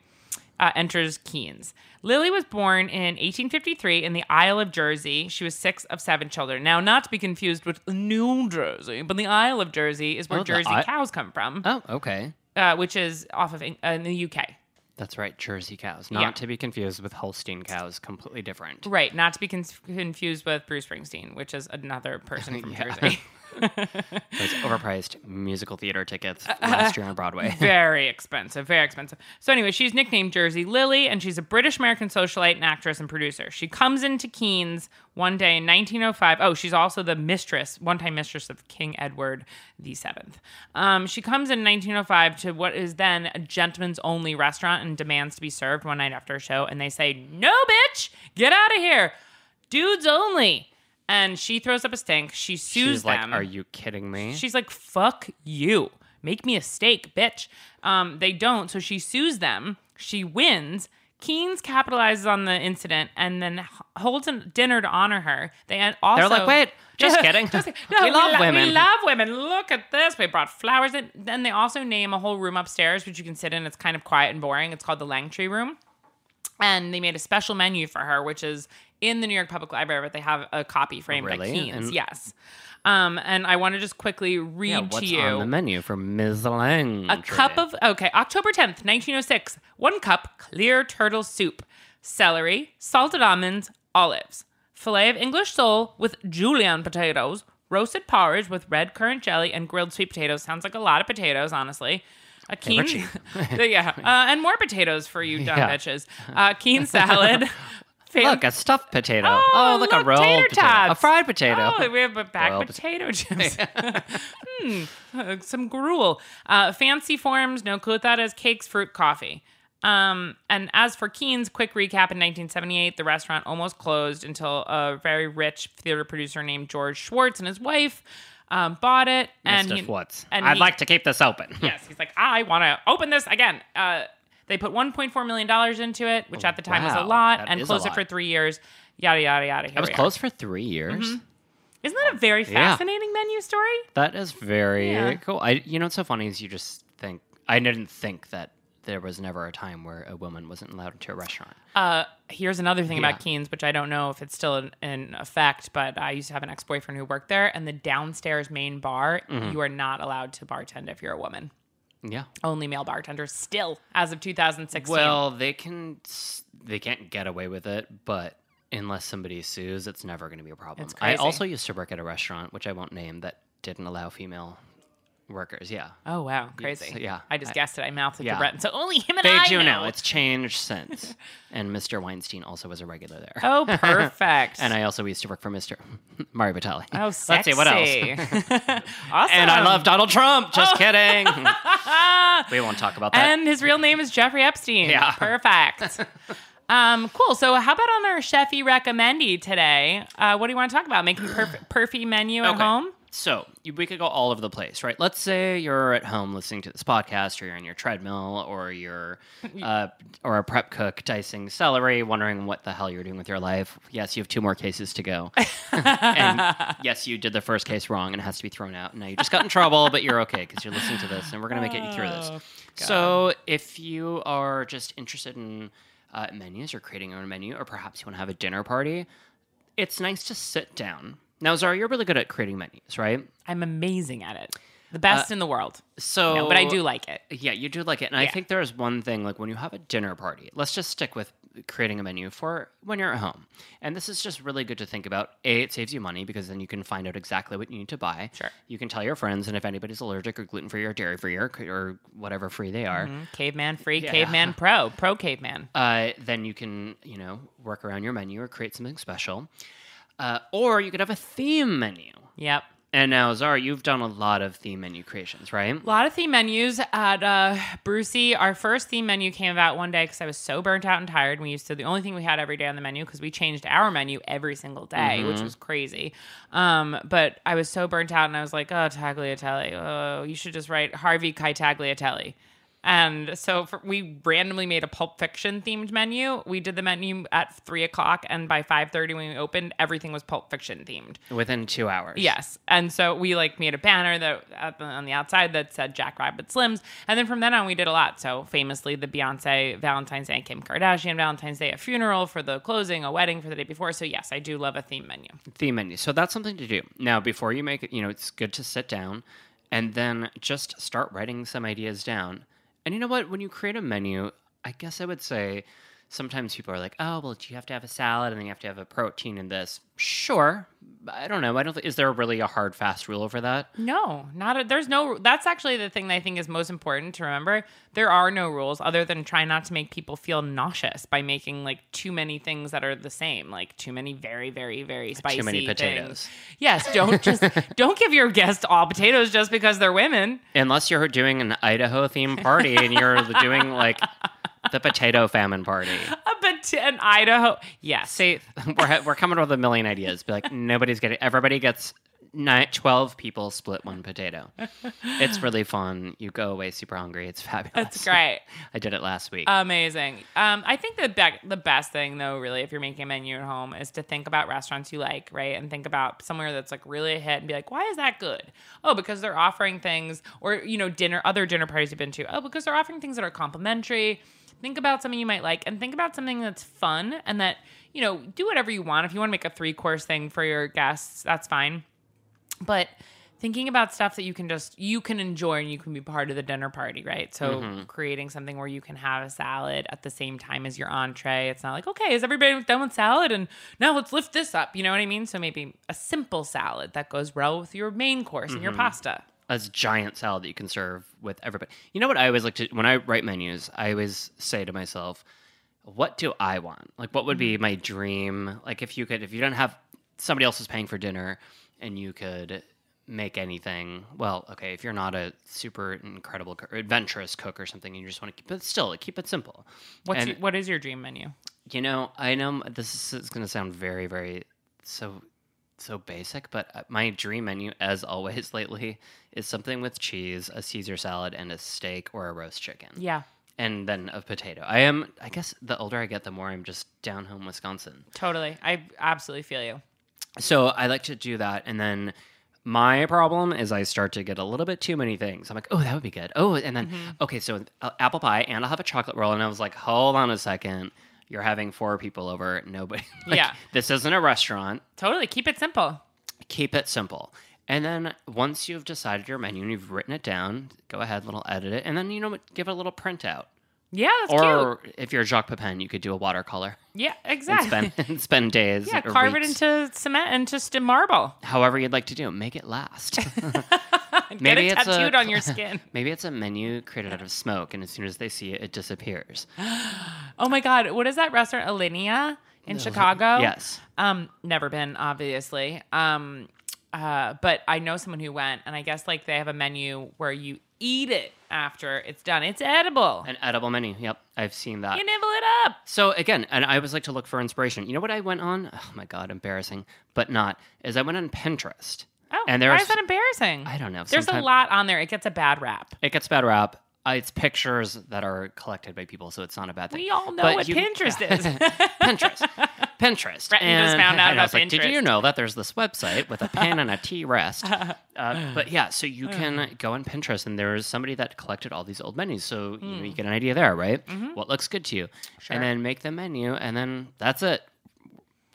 uh, enters Keynes. Lily was born in 1853 in the Isle of Jersey. She was six of seven children. Now, not to be confused with New Jersey, but the Isle of Jersey is where
Oh, the
Jersey
I-
cows come from,
oh, okay.
uh, which is off of Eng- uh, in the UK.
That's right, Jersey cows. Not
Yeah.
to be confused with Holstein cows, completely different.
Right, not to be con- confused with Bruce Springsteen, which is another person from
Yeah.
Jersey.
Those overpriced musical theater tickets
Uh,
last year on Broadway.
very expensive, very expensive. So anyway, she's nicknamed Jersey Lily, and she's a British American socialite and actress and producer. She comes into Keynes one day in 1905. Oh, she's also the mistress, one-time mistress of King Edward the Seventh. Um, she comes in 1905 to what is then a gentleman's only restaurant and demands to be served one night after a show, and they say, "No, bitch, get out of here, dudes only." And she throws up a stink. She sues
She's like,
them.
Are you kidding me?
She's like, fuck you. Make me a steak, bitch. Um, they don't, so she sues them. She wins. Keynes capitalizes on the incident and then h- holds a dinner to honor her. They an- also
They're like, wait, just kidding.
Just kidding. No,
we love
lo-
women.
We love women. Look at this. We brought flowers in. Then they also name a whole room upstairs, which you can sit in. It's kind of quiet and boring. It's called the Langtry Room and they made a special menu for her, which is in the New York Public Library, but they have a copy framed by
Oh, Really?
Keynes.
And-
yes. Um, and I want to just quickly read
yeah, what's
to you
on the menu for Ms. Lang?
a cup of okay, October 10th, 1906, one cup clear turtle soup, celery, salted almonds, olives, filet of English sole with julienne potatoes, roasted porridge with red currant jelly and grilled sweet potatoes. Sounds like a lot of potatoes, honestly. A
we're
keen, yeah, uh, and more potatoes for you dumb
Yeah.
bitches. Uh, keen salad.
Look, a stuffed potato.
Oh,
look, a
look,
rolled
tater
potato. A
tots.
fried potato.
Oh, we have a back
Well,
potato chips. Hmm, uh, some gruel. Uh, fancy forms, no clue what that is. Cakes, fruit, coffee. Um, and as for Keen's, quick recap in 1978, the restaurant almost closed until a very rich theater producer named George Schwartz and his wife um, bought it. and
Mr.
he-
Schwartz.
and
I'd
he-
like to keep this open.
yes, he's like, I want to open this again. Uh, they put 1.4 million dollars into it, which at the time was a
Oh, Wow,
lot,
that
and
is a
closed
lot.
it for three years. Yada yada yada. Here
I was
we are. Mm-hmm.
closed for three years.
Isn't that a very
Yeah.
fascinating menu story?
That is very
Yeah.
cool. I, you know, what's so funny is you just think I didn't think that there was never a time where a woman wasn't allowed into a restaurant.
Uh, here's another thing
Yeah.
about Keen's, which I don't know if it's still in, in effect, but I used to have an ex boyfriend who worked there, and the downstairs main bar,
Mm-hmm.
you are not allowed to bartend if you're a woman.
yeah.
Only male bartenders still, as of 2016.
Well, they can s- they can't get away with it, but unless somebody sues, it's never going to be a problem.
It's
I
crazy.
also used to work at a restaurant, which I won't name, that didn't allow female workers. Yeah.
oh wow, crazy.
yeah.
I just
I-
guessed it. I mouthed it
Yeah.
to Brett, and so only him and
They
I
do
know.
now. It's changed since. and Mr. Weinstein also was a regular there.
oh perfect.
And I also used to work for Mr. Mario Batali.
oh
Let's
sexy.
see what else.
awesome. Oh.
And I love Donald Trump. Just kidding. we won't talk about that.
And his real name is Jeffrey Epstein.
Uh, Yeah.
Perfect. um, cool. So, how about on our chefy recommendy today? Uh, what do you want to talk about? Making perf- perfy menu at
Okay.
home?
So you- we could go all over the place, right? Let's say you're at home listening to this podcast, or you're on your treadmill, or you're uh, or a prep cook dicing celery, wondering what the hell you're doing with your life. Yes, you have two more cases to go, and yes, you did the first case wrong, and it has to be thrown out. Now you just got in trouble, but you're okay because you're listening to this, and we're gonna make it you through
Oh,
this. So if you are just interested in uh, menus or creating your own menu, or perhaps you want to have a dinner party, it's nice to sit down. Now, Zara, you're really good at creating menus, right?
I'm amazing at it. The best in the world.
Uh, So,
No, but I do like it.
Yeah, you do like it, and I
Yeah.
think there is one thing like when you have a dinner party. Let's just stick with creating a menu for when you're at home, and this is just really good to think about. A, it saves you money because then you can find out exactly what you need to buy.
Sure.
you can tell your friends, and if anybody's allergic or gluten free or dairy free or, or whatever free they are,
Mm-hmm. Caveman free,
Yeah.
caveman pro, pro caveman.
uh, then you can you know work around your menu or create something special, uh, or you could have a theme menu.
Yep.
And now, Zara, you've done a lot of theme menu creations, right?
A lot of theme menus at uh, Brucey. Our first theme menu came about one day because I was so burnt out and tired. We used to the only thing we had every day on the menu because we changed our menu every single day, which was crazy. Um, but I was so burnt out and I was like, oh tagliatelle, oh you should just write Harvey Kai tagliatelle. And so for, we randomly made a Pulp Fiction themed menu. We did the menu at three o'clock, and by five thirty when we opened, everything was Pulp Fiction themed.
Within two hours.
Yes, and so we like made a banner that at the, on the outside that said Jackrabbit Slims, and then from then on we did a lot. So famously, the Beyonce Valentine's Day, and Kim Kardashian Valentine's Day, a funeral for the closing, a wedding for the day before. So yes, I do love a theme menu.
theme menu. So that's something to do. Now, before you make it, you know, it's good to sit down and then just start writing some ideas down. And you know what? When you create a menu, I guess I would say sometimes people are like, oh, well, do you have to have a salad and then you have to have a protein in this? Sure. I don't know. I don't think, is there really a hard, fast rule for that?
No, not a, there's no. That's actually the thing that I think is most important to remember. There are no rules other than try not to make people feel nauseous by making like too many things that are the same, like too many very, very, very spicy
many
things.
potatoes.
Yes, don't just don't give your guests all potatoes just because they're women.
Unless you're doing an Idaho themed party and you're doing like the potato famine party.
Uh, But in Idaho, yes,
say we're, we're coming up with a million ideas. Be like, nobody's getting, everybody gets nine, 12 people split one potato. It's really fun. You go away super hungry. It's fabulous.
that's great.
I did it last week.
Amazing. Um, I think the be- the best thing though, really, if you're making a menu at home, is to think about restaurants you like, right? And think about somewhere that's like really a hit, and be like, why is that good? Oh, because they're offering things, or you know, dinner other dinner parties you've been to. Oh, because they're offering things that are complimentary. Think about something you might like, and think about something that's fun and that you know, do whatever you want. If you want to make a three course thing for your guests, that's fine. But thinking about stuff that you can just you can enjoy and you can be part of the dinner party, right? So
Mm-hmm.
creating something where you can have a salad at the same time as your entree. It's not like, okay, is everybody done with salad and now let's lift this up. You know what I mean? So maybe a simple salad that goes well with your main course and your
Mm-hmm.
pasta.
a giant salad that you can serve with everybody. You know what I always like to when I write menus, I always say to myself, what do I want? Like what would be my dream? Like if you could if you don't have somebody else is paying for dinner and you could make anything. Well, okay, if you're not a super incredible cook, or adventurous cook or something and you just want to keep but still like, keep it simple.
What's
And-
your- what is your dream menu?
You know, I know m- this is, going to sound very, very so so basic, but uh, my dream menu, as always lately, is something with cheese, a Caesar salad, and a steak or a roast chicken.
Yeah,
and then a potato. I am, I guess, the older I get, the more I'm just down home Wisconsin.
totally. I absolutely feel you.
So I like to do that, and then. My problem is I start to get a little bit too many things. I'm like, oh, that would be good. Oh, and then
Mm-hmm.
okay, so uh, apple pie, and I'll have a chocolate roll. And I was like, hold on a second, you're having four people over. Nobody, like,
Yeah.
this isn't a restaurant.
Totally. Keep it simple.
Keep it simple. And then once you've decided your menu and you've written it down, go ahead, little edit it, and then you know what, give it a little printout.
Yeah, that's cute.
or if you're Jacques Pepin, you could do a watercolor
Yeah,
and
exactly.
spend and spend days.
yeah,
or
carve
weeks,
it into cement and just in marble.
however you'd like to do. it. Make it last.
Get
Maybe
it
it's a-
tattooed on your skin.
Maybe it's a menu created out of smoke, and as soon as they see it, it disappears.
Oh my God, what is that restaurant, Alinea in Chicago?
Yes.
Um, never been, obviously. Um, uh, but I know someone who went, and I guess like they have a menu where you eat it after it's done. It's edible.
An edible menu. Yep, I've seen that.
you nibble it up.
So again, and I always like to look for inspiration. You know what I went on? Oh my god, embarrassing, but not. Is I went on Pinterest.
Oh,
and there
why
are
is that embarrassing?
I don't know,
There's
sometime-
a lot on there. It gets a bad rap.
It gets a bad rap. Uh, It's pictures that are collected by people, so it's not a bad thing.
We all know
But
what
you-
Pinterest is.
Pinterest. Pinterest.
Breton just found out
and I was
about
like, Did you
Pinterest."
know that there's this website with a pen and a T rest? Uh, but yeah, so you can go on Pinterest, and there's somebody that collected all these old menus. So you, know,
Hmm.
you get an idea there, right?
Mm-hmm.
What looks good to you, and then make the menu, and then that's it.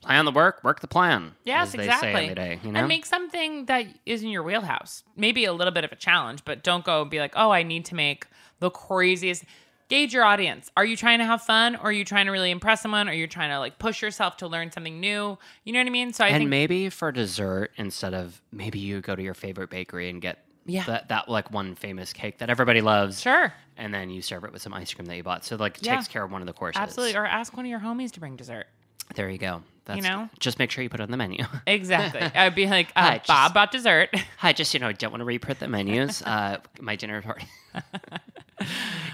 Plan the work, work the plan.
Yes,
as they
exactly.
Say every day, you know?
And make something that is in your wheelhouse. Maybe a little bit of a challenge, but don't go and be like, "Oh, I need to make the craziest." Gauge your audience. Are you trying to have fun, or are you trying to really impress someone, or you're trying to like push yourself to learn something new? You know what I mean? So I
and
think
maybe for dessert, instead of maybe you go to your favorite bakery and get
Yeah.
that, that like one famous cake that everybody loves.
sure,
And then you serve it with some ice cream that you bought. So like it
Yeah.
takes care of one of the courses.
absolutely. Or ask one of your homies to bring dessert.
There you go. That's,
know?
just make sure you put it on the menu.
Exactly. I'd be like,
I
uh,
just-
Bob bought dessert.
Hi, just you know, don't want to reprint the menus. Uh, my dinner party.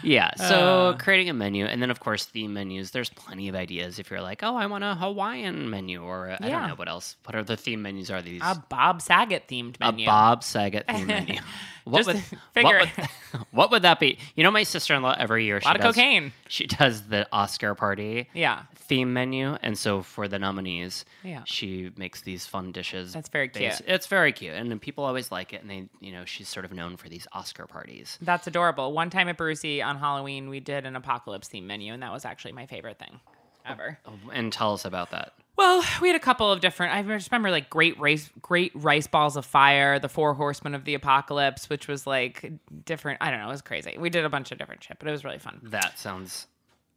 yeah. So
Uh.
creating a menu, and then of course the menus. There's plenty of ideas. If you're like, oh, I want a Hawaiian menu, or I I
Yeah.
don't know what else. What are the theme menus? Are these
a Bob Saget themed
a
menu.
Bob Saget theme menu? What
Just
would
figure
what would, what would that be? You know, my sister-in-law every year she
lot of
does-
cocaine.
She does the Oscar party.
Yeah.
theme menu, and so for the nominees,
Yeah.
she makes these fun dishes.
That's very
based-
cute.
It's very cute, and then people always like it. And they, you know, she's sort of known for these Oscar parties.
That's adorable. One time at Brucey on Halloween, we did an apocalypse theme menu, and that was actually my favorite thing ever.
And tell us about that.
Well, we had a couple of different. I just remember like great rice, great rice balls of fire, the Four Horsemen of the Apocalypse, which was like different. I don't know, it was crazy. We did a bunch of different shit, but it was really fun.
That sounds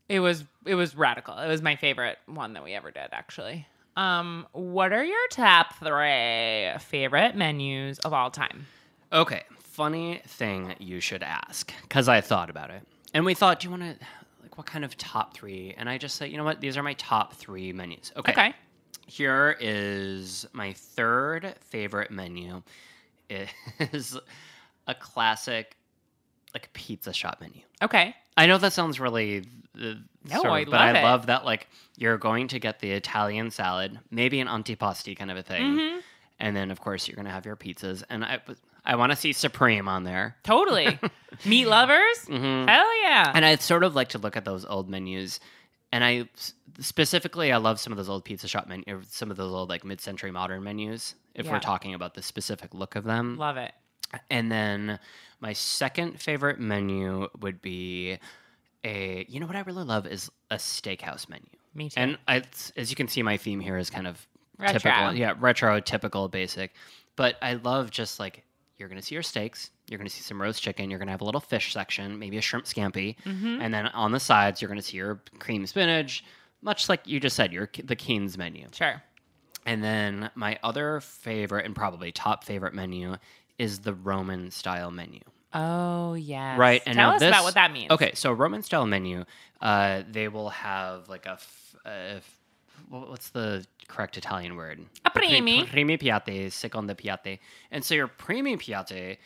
It was it was radical. It was my favorite one that we ever did, actually. Um, what are your top three favorite menus of all time?
okay. Funny thing you should ask, because I thought about it, and we thought, do you want to like what kind of top three? And I just said, you know what, these are my top three menus. Okay.
Okay,
Here is my third favorite menu. It is a classic like pizza shop menu.
okay,
I know that sounds really uh,
No,
sort
I
of, but
love
I
it.
love that like you're going to get the Italian salad, maybe an antipasti kind of a thing.
Mm-hmm.
And then of course you're going to have your pizzas and I I want to see supreme on there.
totally. Meat lovers, hell yeah.
And I sort of like to look at those old menus. And I s- specifically, I love some of those old pizza shop menus, some of those old like mid-century modern menus. If
Yeah.
we're talking about the specific look of them,
Love it.
and then my second favorite menu would be a. You know what I really love is a steakhouse menu.
Me too.
And I, it's- as you can see, my theme here is kind of
Retro.
typical, yeah, retro, typical, basic. But I love just like you're going to see your steaks, you're going to see some roast chicken, you're going to have a little fish section, maybe a shrimp scampi,
Mm-hmm.
and then on the sides you're going to see your cream spinach, much like you just said, your the Keen's menu.
Sure.
And then my other favorite and probably top favorite menu is the Roman style menu.
Oh yeah.
Right. And
tell
now
us
this,
about what that means.
Okay, so Roman style menu, uh, they will have like a, f- a f- wha- what's the correct Italian word?
A primi.
Primi piatti, secondo piatti, and so your primi piatti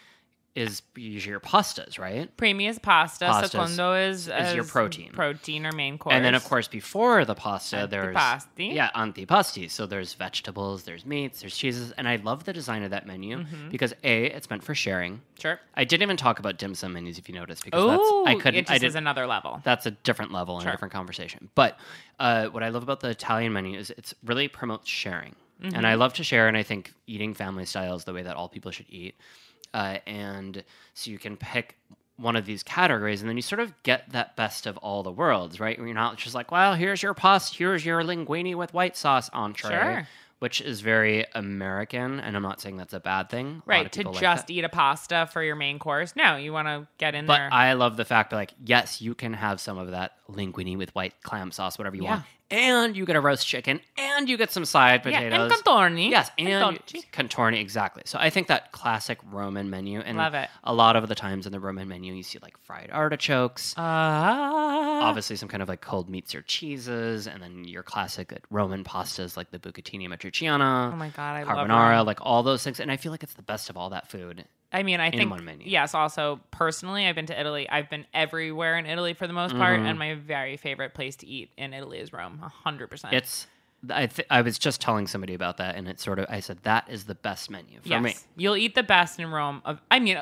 is usually your pastas, right?
Primi is pasta.
Pastas
Secondo is,
is your protein.
Protein or main course.
And then, of course, before the pasta, there's
Antipasti.
yeah antipasti. So there's vegetables, there's meats, there's cheeses, and I love the design of that menu because a it's meant for sharing.
Mm-hmm. Sure.
I didn't even talk about dim sum menus if you notice because
Oh,
that's I couldn't
It just
I didn't
is another level.
that's a different level and
Sure.
a different conversation. But uh, what I love about the Italian menu is it's really promotes sharing, and
Mm-hmm.
I love to share. And I think eating family style is the way that all people should eat. Uh, and so you can pick one of these categories, and then you sort of get that best of all the worlds, right? You're not just like, well, here's your pasta, here's your linguine with white sauce entree.
Sure.
Which is very American, and I'm not saying that's a bad thing. A lot
right.
of
To
people like that.
just eat a pasta for your main course. No, you want to get in
But
there.
I love the fact that, like, yes, you can have some of that linguine with white clam sauce, whatever you want, and you get a roast chicken, and you get some side
yeah,
potatoes.
and contorni.
Yes, and
Contorci.
contorni exactly. So I think that classic Roman menu, and
Love it.
a lot of the times in the Roman menu, you see like fried artichokes,
Oh. Ah.
obviously some kind of like cold meats or cheeses, and then your classic like, Roman pastas like the bucatini matriciana.
Oh my God, I love
carbonara,
Rome.
like all those things, and I feel like it's the best of all that food.
I mean, I
in
think
one menu.
yes. Also, personally, I've been to Italy. I've been everywhere in Italy for the most part,
Mm-hmm.
and my very favorite place to eat in Italy is Rome. hundred percent.
It's I th- I was just telling somebody about that, and it sort of I said that is the best menu for
yes.
me.
You'll eat the best in Rome. Of I mean,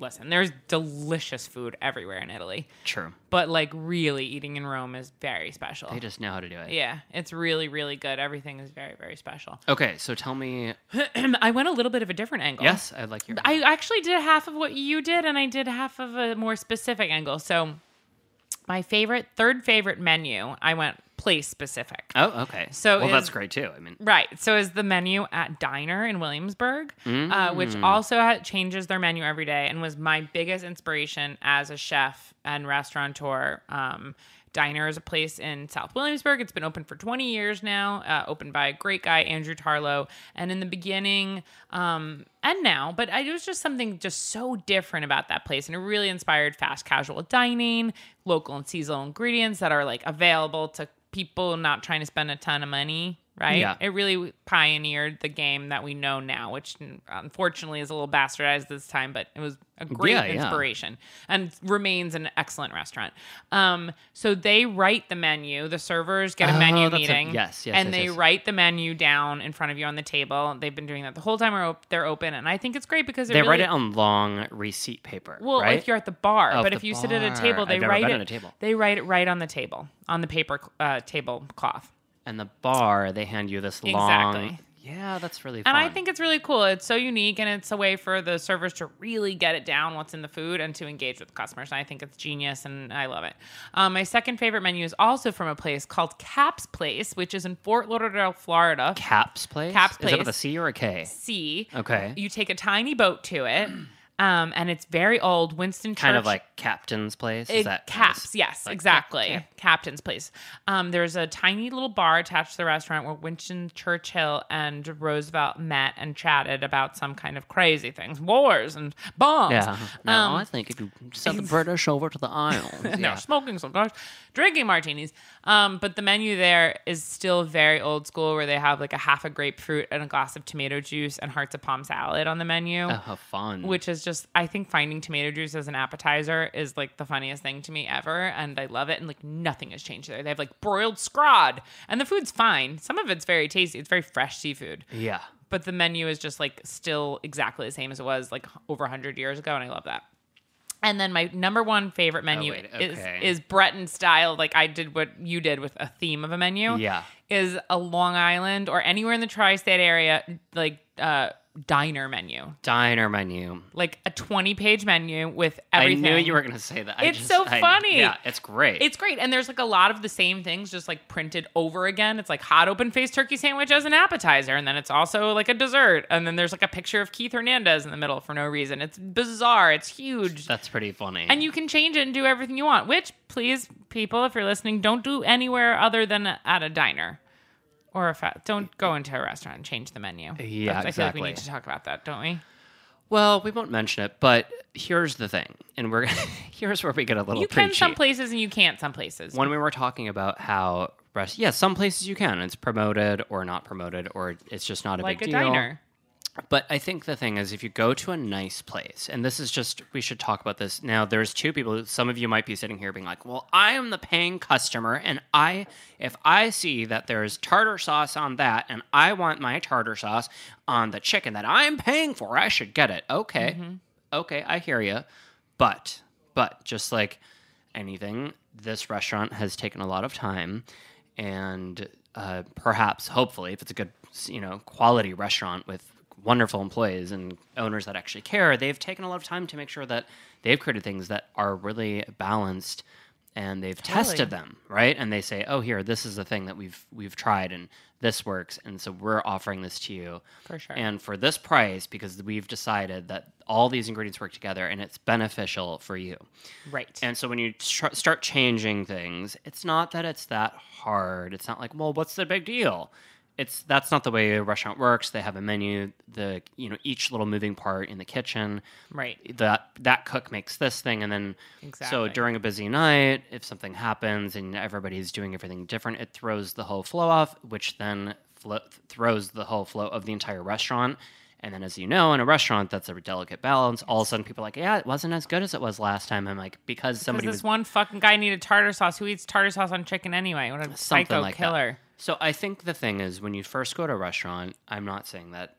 listen, there's delicious food everywhere in Italy,
True,
but like really eating in Rome is very special.
they just know how to do it.
Oh. yeah, it's really really good. Everything is very very special.
Okay, so tell me.
I went a little bit of a different angle.
Yes, I'd like your.
Oh. I actually did half of what you did, and I did half of a more specific angle. So, my favorite, third favorite menu, I went place specific.
oh, okay.
So
well,
is-
that's great too. I mean,
Right. So is the menu at Diner in Williamsburg, uh, which also ha- changes their menu every day and was my biggest inspiration as a chef and restaurateur. Um, Diner is a place in South Williamsburg. It's been open for 20 years now, uh, opened by a great guy, Andrew Tarlow. And in the beginning, um, and now, but I, it was just something just so different about that place. And it really inspired fast casual dining, local and seasonal ingredients that are like available to people not trying to spend a ton of money, right?
Yeah.
It really pioneered the game that we know now, which unfortunately is a little bastardized this time, but it was a great
Yeah, yeah.
inspiration and remains an excellent restaurant. Um, so they write the menu. The servers get a
Oh,
menu
that's a-
meeting.
yes, yes,
And
yes,
they
yes.
write the menu down in front of you on the table. They've been doing that the whole time we're op- they're open, and I think it's great because
they
really,
write it on long receipt paper.
well,
right?
if you're at the bar,
Oh,
but
the
if you sit at a
bar.
table,
I've
they
never
write
been
it.
at a table.
They write it right on the table on the paper cl- uh, tablecloth.
and the bar, they hand you this long.
Exactly.
Yeah, that's really.
And
fun.
I think it's really cool. It's so unique, and it's a way for the servers to really get it down what's in the food and to engage with customers. And I think it's genius, and I love it. Um, my second favorite menu is also from a place called Caps Place, which is in Fort Lauderdale, Florida.
Caps Place.
Caps
Is that with
Place.
a C or a K?
C.
Okay.
You take a tiny boat to it, um, and it's very old. Winston Churchill.
Kind of like Captain's Place. Is
It-
that kind of
caps?
s-
Yes,
like-
exactly. Captain's place. Um, there's a tiny little bar attached to the restaurant where Winston Churchill and Roosevelt met and chatted about some kind of crazy things, wars and bombs.
Yeah. Now
Um,
I think if you send the British over to the Isles,
and
yeah.
they're smoking cigars, drinking martinis. Um, but the menu there is still very old school, where they have like a half a grapefruit and a glass of tomato juice and hearts of palm salad on the menu.
Oh, how fun.
which is just I think finding tomato juice as an appetizer is like the funniest thing to me ever, and I love it. And like nothing has changed there. They have like broiled scrod, and the food's fine. Some of it's very tasty. It's very fresh seafood,
yeah.
but the menu is just like still exactly the same as it was like over 100 years ago, and I love that. And then my number one favorite menu
Oh, wait, okay.
is is Breton style, like I did what you did with a theme of a menu.
Yeah.
is a Long Island or anywhere in the tri-state area, like uh, diner menu,
Diner menu.
like a 20 page menu with everything.
I knew you were going to say that. I
It's
just-
so
I-
funny.
yeah, it's great.
It's great. And there's like a lot of the same things just like printed over again. It's like hot open faced turkey sandwich as an appetizer. And then it's also like a dessert. And then there's like a picture of Keith Hernandez in the middle for no reason. It's bizarre. It's huge.
that's pretty funny.
And you can change it and do everything you want, which please, people, if you're listening, don't do anywhere other than at a diner. Or if don't go into a restaurant and change the menu.
Yeah,
That's- I feel like we
exactly.
need to talk about that, don't we?
well, we won't mention it, but here's the thing, and we're here's where we get a little
You
preachy.
can some places and you can't some places.
when we were talking about how rest, yeah, some places you can. It's promoted or not promoted, or it's just not a
like
big
a
deal.
diner.
But I think the thing is, if you go to a nice place, and this is just, we should talk about this now. There's two people. Some of you might be sitting here being like, "Well, I am the paying customer, and I, if I see that there is tartar sauce on that, and I want my tartar sauce on the chicken that I'm paying for, I should get it." Okay, okay, I hear you, but, but just like anything, this restaurant has taken a lot of time, and uh, perhaps, hopefully, if it's a good, you know, quality restaurant with wonderful employees and owners that actually care, they've taken a lot of time to make sure that they've created things that are really balanced, and they've tested them, right? And they say, "Oh, here, this is the thing that we've we've tried, and this works, and so we're offering this to you
For sure.
and for this price because we've decided that all these ingredients work together and it's beneficial for you."
Right.
And so when you tr- start changing things, it's not that it's that hard. It's not like, well, what's the big deal? It's that's not the way a restaurant works. They have a menu. The you know each little moving part in the kitchen.
right.
That that cook makes this thing, and then so
Exactly.
during a busy night, if something happens and everybody's doing everything different, it throws the whole flow off, which then flo- throws the whole flow of the entire restaurant. And then, as you know, in a restaurant, that's a delicate balance. All of a sudden, people are like, "Yeah, it wasn't as good as it was last time." I'm like, because somebody
Because
was
this one fucking guy needed tartar sauce. Who eats tartar sauce on chicken anyway? What a
something
psycho
like
killer.
that. So I think the thing is, when you first go to a restaurant, I'm not saying that.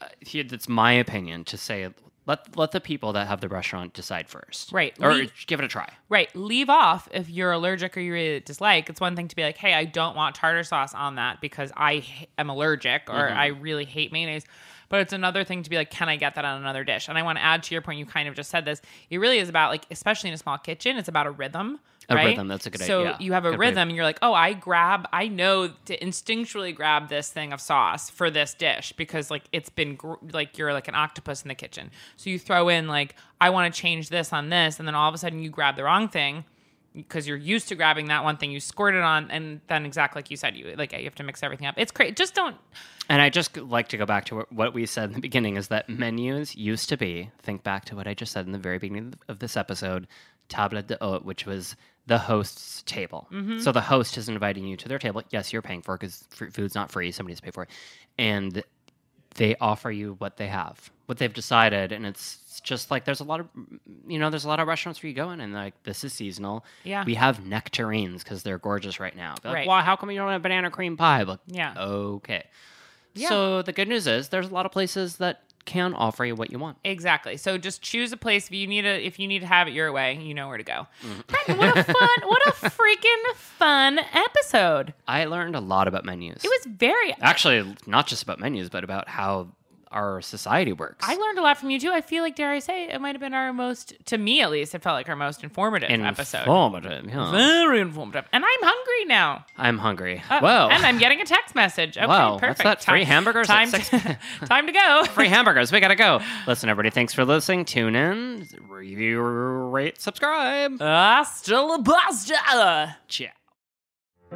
Uh, here, that's my opinion to say let let the people that have the restaurant decide first,
Right.
Or
We-
give it a try.
Right. Leave off if you're allergic or you really dislike. It's one thing to be like, hey, I don't want tartar sauce on that because I h- am allergic or
Mm-hmm.
I really hate mayonnaise. But it's another thing to be like, can I get that on another dish? And I want to add to your point, you kind of just said this. It really is about, like, especially in a small kitchen, it's about a rhythm.
A
right?
rhythm, that's a good
so
idea.
So you have a
Good way-
rhythm and you're like, oh, I grab, I know to instinctually grab this thing of sauce for this dish because like it's been gr- like you're like an octopus in the kitchen. So you throw in like, I want to change this on this, and then all of a sudden you grab the wrong thing because you're used to grabbing that one thing you squirt it on, and then exactly like you said, you like you have to mix everything up. It's crazy. Just don't.
And I just like to go back to what- what we said in the beginning is that menus used to be, think back to what I just said in the very beginning of this episode, table d'hôte, which was the host's table.
Mm-hmm.
So the host is inviting you to their table. Yes, you're paying for it because food's not free. Somebody's paid for it. And they offer you what they have, what they've decided. And it's just like there's a lot of, you know, there's a lot of restaurants where you go in and like, this is seasonal.
Yeah.
We have nectarines because they're gorgeous right now. They're
Right.
Like, well, how come you don't have banana cream pie? But
Yeah.
okay. So the good news is there's a lot of places that can offer you what you want.
Exactly. So just choose a place if you need a if you need to have it your way, you know where to go. Brendan, what a fun, what a freaking fun episode.
I learned a lot about menus.
It was very
actually not just about menus, but about how our society works.
I learned a lot from you too. I feel like, dare I say, it might have been our most, to me at least, it felt like our most informative episode.
Informative, yeah.
Very informative. And I'm hungry now.
I'm hungry.
Uh,
Whoa.
And I'm getting a text message. Okay,
Wow, what's
perfect.
that? Free
Time-
hamburgers
Time,
at
to, time to go.
Free hamburgers. We gotta go. Listen, everybody. Thanks for listening. Tune in. Review, rate,
Uh,
subscribe.
Hasta la pasta.
Ciao.